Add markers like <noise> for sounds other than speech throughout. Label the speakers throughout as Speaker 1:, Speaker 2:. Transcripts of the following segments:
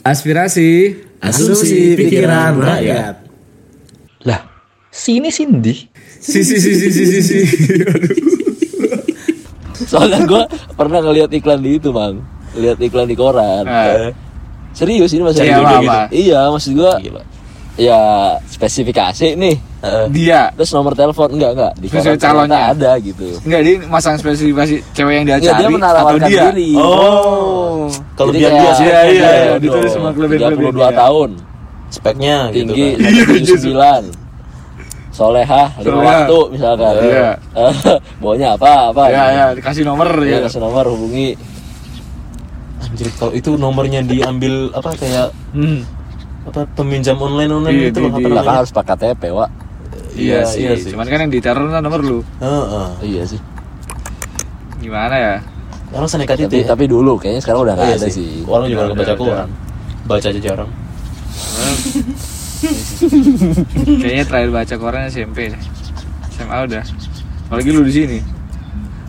Speaker 1: Aspirasi
Speaker 2: Asumsi pikiran rakyat.
Speaker 3: Lah, sini Cindy.
Speaker 1: Si si si si si si si
Speaker 3: Soalnya gue pernah ngeliat iklan di itu, Bang. Lihat iklan di koran.
Speaker 1: Eh.
Speaker 3: Serius ini maksud
Speaker 1: Serius
Speaker 3: gua
Speaker 1: apa?
Speaker 3: Iya, maksud gue. Ya spesifikasi nih. Heeh.
Speaker 1: Dia
Speaker 3: Terus nomor telepon enggak enggak di
Speaker 1: Spesifikasi
Speaker 3: koran ternyata
Speaker 1: calonnya.
Speaker 3: ada gitu.
Speaker 1: Enggak dia masang spesifikasi cewek yang dia
Speaker 3: Enggak
Speaker 1: cari
Speaker 3: dia
Speaker 1: atau
Speaker 3: menawarkan
Speaker 1: dia
Speaker 3: diri.
Speaker 2: Oh,
Speaker 3: Jadi
Speaker 2: kelebihan
Speaker 3: kayak- ya,
Speaker 1: Iya,
Speaker 2: dia speknya,
Speaker 1: iya,
Speaker 2: dia
Speaker 1: iya,
Speaker 2: gitu.
Speaker 1: ditulis sama Iya, kelebihan-
Speaker 3: 32 tahun.
Speaker 2: speknya gitu
Speaker 3: tinggi
Speaker 2: kan.
Speaker 3: 179 solehah lima
Speaker 1: Solehah.
Speaker 3: waktu misalkan
Speaker 1: Iya.
Speaker 3: <laughs> bawanya apa apa
Speaker 1: Ya ya dikasih nomor
Speaker 3: Iya,
Speaker 1: ya.
Speaker 3: kasih nomor hubungi
Speaker 2: Anjir, kan. kalau itu nomornya diambil apa kayak
Speaker 1: Hmm.
Speaker 2: apa peminjam online online
Speaker 1: Iya,
Speaker 2: itu
Speaker 1: di-
Speaker 2: loh apa
Speaker 1: di-
Speaker 3: Lah, kan
Speaker 2: namanya?
Speaker 3: harus pakai KTP wak
Speaker 1: Iya sih. Cuman kan yang diteror kan nomor lu.
Speaker 2: Heeh.
Speaker 3: iya sih
Speaker 1: Gimana ya?
Speaker 2: Orang senekat itu.
Speaker 3: tapi
Speaker 2: ya?
Speaker 3: tapi dulu kayaknya sekarang udah
Speaker 2: Oh,
Speaker 3: nggak
Speaker 2: iya
Speaker 3: ada
Speaker 2: sih.
Speaker 3: sih
Speaker 2: Orang juga nggak baca
Speaker 1: Ada,
Speaker 2: koran. Baca aja jarang.
Speaker 1: Kayaknya terakhir baca koran SMP deh. SMA udah. Apalagi lu di sini.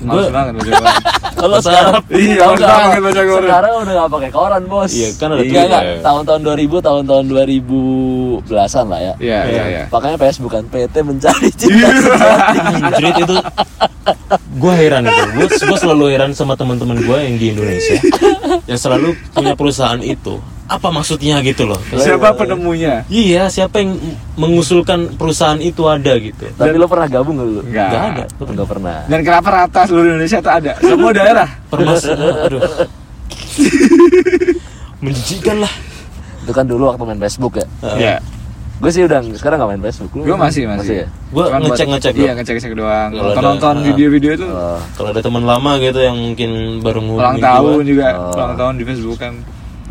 Speaker 1: Males
Speaker 2: Gua-
Speaker 1: banget baca koran.
Speaker 3: <laughs> kalau sekarang
Speaker 1: Iya,
Speaker 3: kalau
Speaker 1: udah
Speaker 3: sekarang-
Speaker 1: pakai baca koran.
Speaker 3: sekarang udah nggak pakai koran bos
Speaker 2: Iya, kan ada
Speaker 3: Nggak,
Speaker 2: Twitter.
Speaker 3: nggak. tahun-tahun 2000 tahun-tahun 2010-an lah ya
Speaker 1: Iya, iya,
Speaker 3: <laughs>
Speaker 1: iya.
Speaker 3: Makanya PS bukan PT mencari
Speaker 1: <laughs>
Speaker 3: cinta sejati.
Speaker 2: Anjrit itu gue heran itu gue selalu heran sama teman-teman gue yang di Indonesia yang selalu punya perusahaan itu apa maksudnya gitu loh
Speaker 1: Siapa penemunya?
Speaker 2: iya siapa yang mengusulkan perusahaan itu ada gitu
Speaker 3: Tapi lo pernah gabung nggak lo?
Speaker 1: Enggak.
Speaker 2: Nggak ada.
Speaker 3: Enggak pernah.
Speaker 1: Dan kenapa rata seluruh Indonesia tuh ada? Semua daerah. <laughs>
Speaker 2: permas aduh <laughs> menjijikan lah
Speaker 3: Itu kan dulu waktu main Facebook ya.
Speaker 1: Iya.
Speaker 3: Gue sih udah sekarang nggak main Facebook. Lu
Speaker 1: Gue masih masih.
Speaker 3: ya?
Speaker 1: Cuman
Speaker 2: Gua
Speaker 1: buat-
Speaker 2: ngecek-ngecek
Speaker 1: Iya
Speaker 2: doang.
Speaker 1: ngecek-ngecek doang.
Speaker 2: Kalau
Speaker 1: Nonton
Speaker 2: ada-
Speaker 1: nonton
Speaker 2: ah.
Speaker 1: video-video itu
Speaker 3: Oh,
Speaker 2: kalau ada teman lama gitu yang mungkin baru
Speaker 1: ulang
Speaker 2: ngubungin
Speaker 1: tahun
Speaker 2: gua,
Speaker 1: juga,
Speaker 3: Oh.
Speaker 1: ulang tahun di Facebook kan.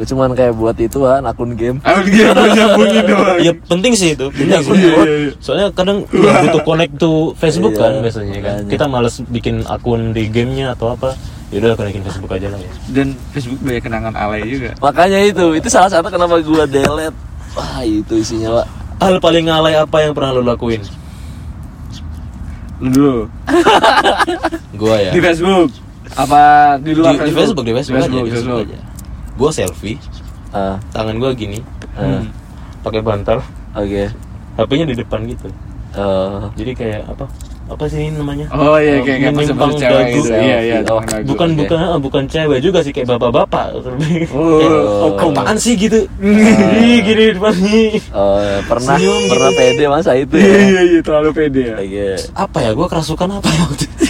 Speaker 3: gue cuman kayak buat ituan akun game.
Speaker 1: Aku
Speaker 2: <laughs>
Speaker 1: dia punya bunyi doang.
Speaker 2: Ya penting sih itu, penting
Speaker 1: Iya,
Speaker 2: sih.
Speaker 1: iya, iya.
Speaker 2: Soalnya kadang ya, butuh connect to Facebook
Speaker 3: Iya,
Speaker 2: kan biasanya kan.
Speaker 3: makanya.
Speaker 2: Kita males bikin akun di gamenya atau apa. Ya udah konekin Facebook aja lah ya.
Speaker 1: Dan Facebook banyak kenangan alay juga.
Speaker 3: Makanya itu, itu salah satu kenapa gue delete. Wah itu isinya pak.
Speaker 2: Hal paling ngalai apa yang pernah lo lakuin?
Speaker 1: Lu dulu
Speaker 2: Gua ya.
Speaker 1: di
Speaker 2: Di,
Speaker 1: Facebook apa di luar
Speaker 2: di Facebook, di Facebook, aja, di
Speaker 1: Facebook.
Speaker 2: Facebook aja. Gua selfie,
Speaker 3: Ah,
Speaker 2: tangan gua gini,
Speaker 3: ah,
Speaker 1: Hmm.
Speaker 2: pakai bantal,
Speaker 3: oke.
Speaker 2: HP-nya di depan gitu.
Speaker 3: Eh,
Speaker 2: Jadi kayak apa? Apa sih ini namanya?
Speaker 1: Oh iya kayak kayak
Speaker 2: Menimpang
Speaker 1: masuk cewek
Speaker 2: dagu.
Speaker 1: gitu. Iya iya.
Speaker 3: Oh,
Speaker 1: teman dagu.
Speaker 2: bukan
Speaker 3: oke.
Speaker 2: bukan ah, bukan cewek juga sih kayak bapak-bapak
Speaker 1: Oh,
Speaker 2: <laughs> Kayak,
Speaker 1: okom.
Speaker 2: apaan sih gitu Ih, gini di depan nih
Speaker 1: Oh.
Speaker 3: eh, pernah
Speaker 2: Senyum gitu.
Speaker 3: pernah pede masa itu
Speaker 1: Iya
Speaker 3: ya.
Speaker 1: iya iya terlalu pede ya.
Speaker 3: Oke.
Speaker 2: apa ya gue kerasukan apa ya waktu itu?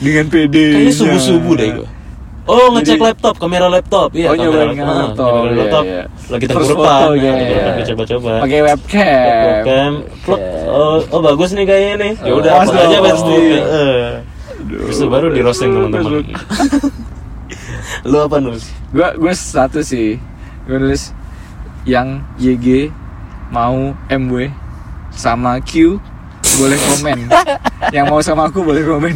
Speaker 1: Dengan pede.
Speaker 2: kayaknya subuh subuh deh
Speaker 3: Hmm.
Speaker 2: gue oh ngecek laptop kamera laptop
Speaker 1: Oh,
Speaker 2: iya
Speaker 1: nyobain
Speaker 2: kamera
Speaker 1: kamera
Speaker 2: ah,
Speaker 1: laptop,
Speaker 2: kamera
Speaker 1: iya,
Speaker 2: laptop.
Speaker 1: iya.
Speaker 2: lagi
Speaker 1: Terus
Speaker 2: tergurupan
Speaker 1: foto, iya, iya.
Speaker 2: coba coba
Speaker 1: Pakai webcam.
Speaker 2: webcam plok. oh, oh bagus nih kayaknya nih ya udah
Speaker 1: Oh,
Speaker 2: upload
Speaker 1: pasti.
Speaker 2: aja Facebook
Speaker 1: Iya.
Speaker 2: Heeh. Terus itu baru di roasting
Speaker 1: <laughs>
Speaker 2: teman-teman
Speaker 1: Facebook.
Speaker 2: lu apa nus
Speaker 1: Gua gua satu sih. Gua nulis yang YG mau MW sama Q boleh
Speaker 3: <laughs>
Speaker 1: komen. yang mau sama aku boleh komen.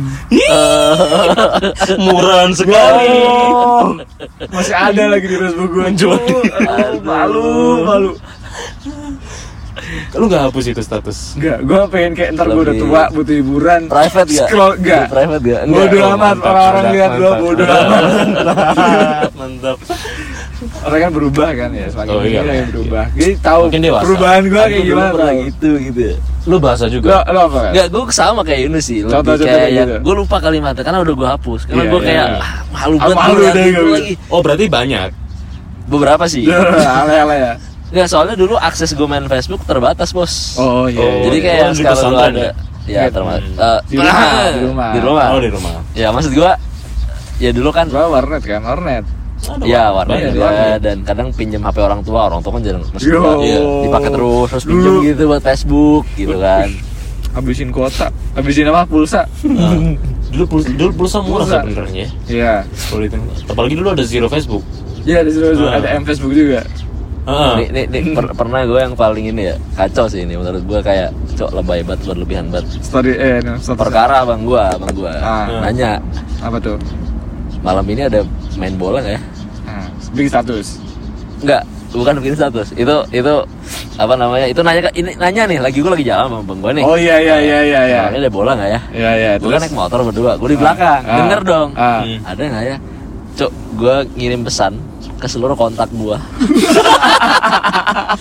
Speaker 2: murahan sekali
Speaker 3: iya,
Speaker 1: Oh, <laughs> masih ada lagi di Facebook gue
Speaker 2: Menjual.
Speaker 1: malu, malu.
Speaker 2: lu nggak hapus itu status
Speaker 1: Enggak, gue pengen kayak ntar gue udah
Speaker 3: Lebih-
Speaker 1: tua butuh hiburan.
Speaker 3: Private gak?
Speaker 1: Scroll enggak.
Speaker 3: Private gak? Enggak.
Speaker 1: Bodoh
Speaker 2: Oh,
Speaker 1: amat
Speaker 2: mantap,
Speaker 1: orang-orang
Speaker 2: mantap,
Speaker 1: lihat gue
Speaker 2: mantap,
Speaker 1: bodoh amat. <laughs>
Speaker 2: mantap mantap
Speaker 1: Orang kan berubah kan ya, semakin
Speaker 2: Oh, iya,
Speaker 1: gini
Speaker 2: iya.
Speaker 1: yang berubah. Jadi tahu
Speaker 2: Makin dewasa.
Speaker 1: perubahan gue
Speaker 3: Aduh,
Speaker 1: kayak
Speaker 3: dulu
Speaker 1: gimana.
Speaker 3: pernah gitu gitu. ya.
Speaker 2: lu bahasa
Speaker 1: Lo,
Speaker 2: juga
Speaker 1: lo apa? Kan? <laughs>
Speaker 3: Enggak, gue sama kayak ini sih. Lebih
Speaker 1: Contoh-contoh
Speaker 3: kayak
Speaker 1: kayak
Speaker 3: yang
Speaker 1: gitu.
Speaker 3: gue lupa kalimatnya karena udah gue hapus. Karena
Speaker 1: Iya,
Speaker 3: gue
Speaker 1: iya,
Speaker 3: kayak
Speaker 1: iya.
Speaker 3: ah, malu
Speaker 1: Ah,
Speaker 3: banget
Speaker 1: malu
Speaker 3: gua
Speaker 1: deh,
Speaker 3: liat itu
Speaker 1: gua- Iya.
Speaker 3: lagi.
Speaker 2: oh berarti banyak
Speaker 3: Beberapa sih.
Speaker 1: Ale-ale ya.
Speaker 3: Enggak, soalnya dulu akses gue main Facebook terbatas, Bos.
Speaker 1: Oh iya.
Speaker 2: Oh,
Speaker 3: Jadi
Speaker 2: iya.
Speaker 3: kayak
Speaker 2: Oh, di
Speaker 3: sekarang lu
Speaker 2: pesantren
Speaker 3: ada
Speaker 2: ya?
Speaker 3: ya
Speaker 1: Iya.
Speaker 3: termasuk
Speaker 1: Di
Speaker 3: <laughs>
Speaker 1: rumah, di rumah.
Speaker 3: Di rumah.
Speaker 2: oh di rumah
Speaker 3: Ya, maksud gua ya dulu kan
Speaker 1: Gua warnet kan, warnet.
Speaker 2: Ada
Speaker 3: ya
Speaker 2: warna.
Speaker 3: warnet
Speaker 2: Iya, Banyak
Speaker 3: juga
Speaker 2: warna.
Speaker 3: dan kadang pinjam HP orang tua, orang tua kan jarang maksud
Speaker 1: Yo.
Speaker 3: gua iya, dipakai terus terus pinjam
Speaker 1: Dulu.
Speaker 3: gitu buat Facebook gitu kan.
Speaker 1: Habisin kuota, habisin apa? Pulsa.
Speaker 2: <laughs> Nah, dulu pulsa, dulu pulsa murah
Speaker 1: Pulsa.
Speaker 2: sebenarnya
Speaker 1: Iya.
Speaker 2: kalau itu apalagi dulu ada zero Facebook
Speaker 1: Iya, di situ
Speaker 2: Ah.
Speaker 1: ada M Facebook juga.
Speaker 2: Ah,
Speaker 3: Nih, nih, nih, per- pernah gue yang paling ini ya kacau sih ini menurut gue kayak cok lebay banget berlebihan banget
Speaker 1: Story eh no, status
Speaker 3: perkara bang gue bang gue
Speaker 1: Ah.
Speaker 3: nanya
Speaker 1: apa tuh?
Speaker 3: malam ini ada main bola nggak ya
Speaker 1: Nah, bikin status.
Speaker 3: nggak bukan bikin status itu itu apa namanya itu nanya ke- ini nanya nih lagi gue lagi jalan sama bang gue nih
Speaker 1: Oh iya iya iya iya iya.
Speaker 3: malamnya ada bola nggak ya
Speaker 1: Iya iya.
Speaker 3: gue kan
Speaker 1: Terus
Speaker 3: naik motor berdua gue di belakang
Speaker 1: Ah.
Speaker 3: denger dong
Speaker 1: Ah.
Speaker 3: ada nggak ya cok gue ngirim pesan ke seluruh kontak gua.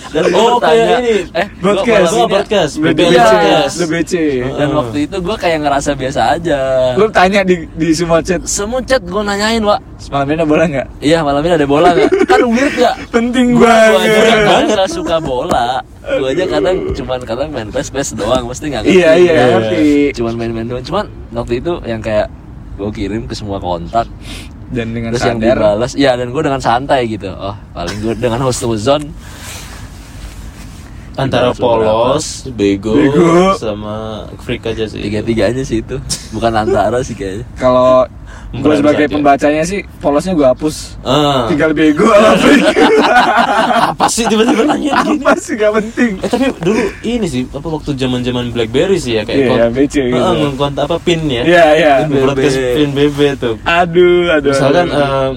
Speaker 3: Dan gua
Speaker 2: Oh,
Speaker 3: bertanya,
Speaker 2: kayak ini.
Speaker 3: eh, gua
Speaker 1: Broadcast. Hmm.
Speaker 3: malam
Speaker 2: Gua
Speaker 3: ini-
Speaker 2: broadcast.
Speaker 1: lebih
Speaker 3: Iya.
Speaker 1: BC, lebih BC.
Speaker 3: Dan
Speaker 2: Heeh.
Speaker 3: waktu itu gua kayak ngerasa biasa aja.
Speaker 1: Lu tanya di di semua chat,
Speaker 3: Semua chat gua nanyain, Wak.
Speaker 1: semalam ini ada bola nggak?
Speaker 3: Iya, malam ini ada bola nggak? Kan weird ya.
Speaker 1: Penting
Speaker 3: Gua aja
Speaker 1: banget.
Speaker 3: kadang nggak suka bola. Gua aja kadang cuman kadang main PES-PES doang, mesti nggak ngerti.
Speaker 1: Iya iya
Speaker 2: Iya.
Speaker 1: ngerti.
Speaker 3: Cuman main-main doang. Cuman waktu itu yang kayak gua kirim ke semua kontak
Speaker 1: Dan dengan
Speaker 3: terus yang
Speaker 1: sadar,
Speaker 3: dibalas ya dan gue dengan santai gitu oh paling gue dengan husnuzon
Speaker 2: antara
Speaker 3: Berapa?
Speaker 2: polos, bego,
Speaker 1: Bego.
Speaker 2: sama freak aja sih.
Speaker 3: tiga tiganya sih itu bukan antara sih kayaknya
Speaker 1: kalau gue
Speaker 2: Bukan
Speaker 1: sebagai
Speaker 2: saja.
Speaker 1: pembacanya sih polosnya gue hapus.
Speaker 2: Ah.
Speaker 1: Tinggal bego <laughs> ala freak.
Speaker 2: Apa sih tiba-tiba
Speaker 1: <laughs>
Speaker 2: nanya gini?
Speaker 1: Apa sih gak penting?
Speaker 2: Eh tapi dulu ini sih apa waktu zaman-zaman BlackBerry sih ya
Speaker 1: Iya,
Speaker 2: kayak kon-
Speaker 1: BC gitu.
Speaker 2: Heeh, ngekont- apa pin ya?
Speaker 1: Iya iya.
Speaker 2: Pin broadcast
Speaker 3: BB.
Speaker 2: pin BB tuh.
Speaker 1: Aduh aduh.
Speaker 2: Misalkan
Speaker 1: aduh.
Speaker 2: eh,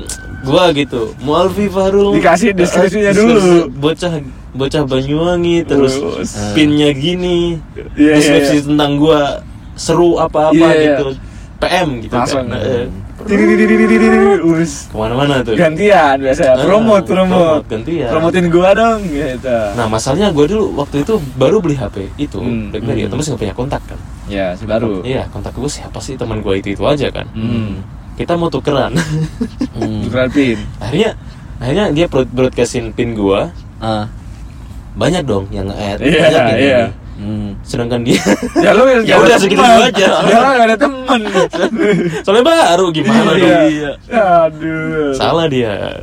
Speaker 2: gua gitu, Mualfi
Speaker 1: ya,
Speaker 2: Fahrul
Speaker 1: Dikasih
Speaker 2: eh,
Speaker 1: deskripsinya
Speaker 2: deskripsi-
Speaker 1: dulu.
Speaker 2: Bocah bocah Banyuwangi terus eh,
Speaker 1: Terus.
Speaker 2: pinnya gini.
Speaker 1: Iya, iya,
Speaker 2: deskripsi
Speaker 1: iya.
Speaker 2: tentang gua seru apa-apa
Speaker 1: Iya, iya.
Speaker 2: gitu. PM gitu
Speaker 1: Langsung.
Speaker 2: kan. Eh,
Speaker 1: Tidididididididididididididididididididididididididididididididididididididididididididididididididid. Us.
Speaker 2: Kemana-mana tuh.
Speaker 1: gantian biasa
Speaker 2: Ah,
Speaker 1: promote promote
Speaker 2: promote, gantian.
Speaker 1: promotin gua dong gitu
Speaker 2: Nah masalahnya gua dulu waktu itu baru beli HP itu
Speaker 1: Hmm.
Speaker 2: BlackBerry,
Speaker 1: Hmm.
Speaker 2: atau masih nggak punya kontak kan?
Speaker 1: ya si baru
Speaker 2: Iya, kontak gue siapa sih teman gue itu itu aja kan.
Speaker 1: hmm.
Speaker 2: Kita mau tukeran. <laughs> Hmm.
Speaker 1: tukeran pin
Speaker 2: akhirnya akhirnya dia broad- broadcastin pin gue.
Speaker 3: ah
Speaker 2: Banyak dong yang nge-add.
Speaker 1: Iya,
Speaker 2: banyak yang
Speaker 1: iya.
Speaker 2: ini.
Speaker 3: Hmm.
Speaker 2: Sedangkan dia <laughs>
Speaker 1: ya lu
Speaker 2: Ya udah, segitu aja.
Speaker 1: ya lu gak ada temen
Speaker 2: soalnya baru gimana
Speaker 1: Iya.
Speaker 2: dong.
Speaker 1: aduh
Speaker 2: Salah dia.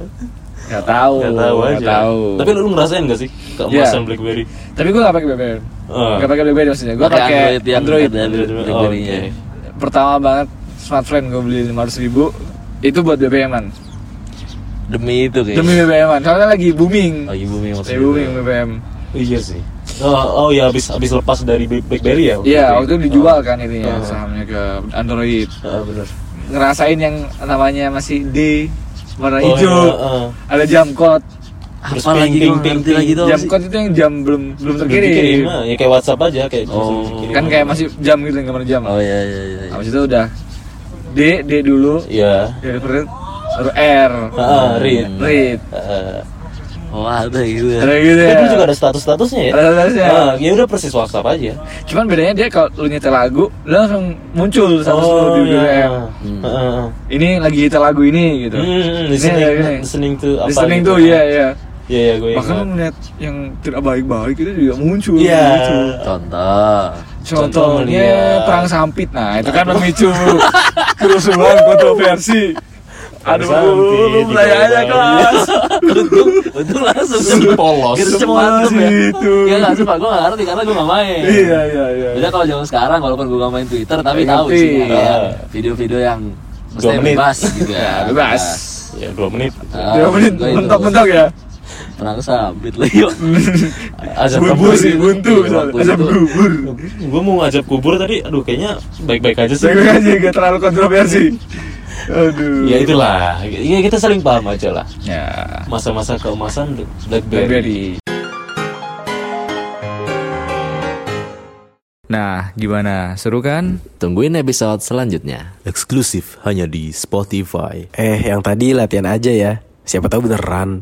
Speaker 1: nggak tahu
Speaker 2: Gak tahu aja.
Speaker 1: Oh, nggak tahu Iya.
Speaker 2: Tapi lu ngerasain gak sih keemasan BlackBerry?
Speaker 1: tapi gua nggak pakai BBM
Speaker 2: Ah.
Speaker 1: nggak pakai BBM maksudnya gua pakai Android,
Speaker 3: yang ada
Speaker 2: Android. Oh,
Speaker 3: BlackBerry-nya.
Speaker 2: oke.
Speaker 1: pertama banget smartphone gua beli lima ratus ribu itu buat BBM-an
Speaker 3: demi itu kayaknya
Speaker 1: demi BBM-an soalnya lagi booming
Speaker 3: lagi booming
Speaker 1: lagi
Speaker 3: maksudnya
Speaker 1: booming BBM
Speaker 2: Iya sih. Oh, oh ya habis habis lepas dari Black- BlackBerry ya?
Speaker 1: Iya, waktu itu dijual kan
Speaker 2: Oh.
Speaker 1: ininya sahamnya ke Android.
Speaker 2: Ah, benar.
Speaker 1: Ngerasain yang namanya masih D warna
Speaker 2: Oh,
Speaker 1: hijau.
Speaker 2: iya, ah.
Speaker 1: Ada jam kot.
Speaker 2: Terus
Speaker 3: apa lagi
Speaker 2: ping,
Speaker 3: gue
Speaker 2: ping,
Speaker 3: ngerti
Speaker 2: ping,
Speaker 3: lagi tuh
Speaker 1: Jam kot itu yang jam belum belum
Speaker 2: Dikirim,
Speaker 1: terkirim.
Speaker 2: ah. ya kayak WhatsApp aja kayak
Speaker 3: Oh.
Speaker 2: dikirim. Ah,
Speaker 1: Kan kayak masih jam gitu yang gambar jam.
Speaker 3: oh iya iya iya
Speaker 1: Habis itu udah D D dulu
Speaker 2: Iya.
Speaker 1: dari print baru R. Hmm.
Speaker 2: Ah, read.
Speaker 1: Read.
Speaker 2: Eh,
Speaker 3: wah ada gitu ya
Speaker 1: Ada gitu ya.
Speaker 2: Iya. Tapi juga ada status-statusnya ya.
Speaker 1: Ada statusnya.
Speaker 2: Ah, ya udah persis WhatsApp aja.
Speaker 1: Cuman bedanya dia kalau lu nyetel lagu, lu langsung muncul sama di
Speaker 2: iya.
Speaker 1: BBM.
Speaker 2: Hmm. Ah,
Speaker 1: Ini lagi nyetel lagu ini gitu.
Speaker 2: Hmm,
Speaker 1: Ini
Speaker 2: listening-
Speaker 1: ada gini.
Speaker 2: listening to apa
Speaker 1: Listening
Speaker 2: gitu.
Speaker 1: tuh, iya iya.
Speaker 2: Iya, iya gue
Speaker 1: Bahkan
Speaker 2: ingat.
Speaker 1: melihat yang tidak baik-baik itu juga muncul
Speaker 2: Iya.
Speaker 1: gitu.
Speaker 3: contoh
Speaker 2: Contoh
Speaker 1: Contohnya
Speaker 2: melihat-
Speaker 1: perang sampit. Nah, itu kan memicu
Speaker 2: <laughs>
Speaker 1: kerusuhan kontroversi. Aduh,
Speaker 2: sampit,
Speaker 1: lu
Speaker 2: di
Speaker 1: belanja aja
Speaker 2: bawah.
Speaker 1: kelas.
Speaker 3: untung untung langsung
Speaker 2: Si polos.
Speaker 3: gitu
Speaker 1: Polos
Speaker 3: cepat ya
Speaker 1: itu.
Speaker 3: ya nggak sumpah gue nggak ngerti karena gue nggak main
Speaker 1: Iya, iya, iya.
Speaker 3: Beda kalau zaman sekarang walaupun gue gak main Twitter tapi
Speaker 1: Ngerti. Ah.
Speaker 3: tahu sih
Speaker 2: Iya.
Speaker 3: ya, video-video yang mestinya
Speaker 2: menit.
Speaker 3: bebas gitu ya.
Speaker 1: Nah, Bebas.
Speaker 2: Ya, 2 menit.
Speaker 3: Ah.
Speaker 1: Ya
Speaker 2: Nah,
Speaker 1: menit
Speaker 3: gua itu.
Speaker 1: mentok-mentok ya.
Speaker 3: Perang sabit lagi. yuk.
Speaker 2: Azab
Speaker 1: Bubur
Speaker 2: kabur
Speaker 1: sih,
Speaker 2: gitu.
Speaker 1: buntu.
Speaker 3: Iya, waktu
Speaker 1: Asap
Speaker 3: itu.
Speaker 1: bubur.
Speaker 2: Gue mau ngajak kubur tadi, aduh kayaknya baik-baik aja <laughs> sih.
Speaker 1: Saya kira aja gak terlalu kontroversi. Aduh.
Speaker 2: Ya itulah, ya, kita saling paham aja lah.
Speaker 1: Ya.
Speaker 2: Masa-masa keemasan BlackBerry.
Speaker 1: Blackberry. Nah, gimana? Seru kan?
Speaker 3: Tungguin episode selanjutnya.
Speaker 4: eksklusif hanya di Spotify.
Speaker 5: Eh, yang tadi latihan aja ya. Siapa tahu beneran.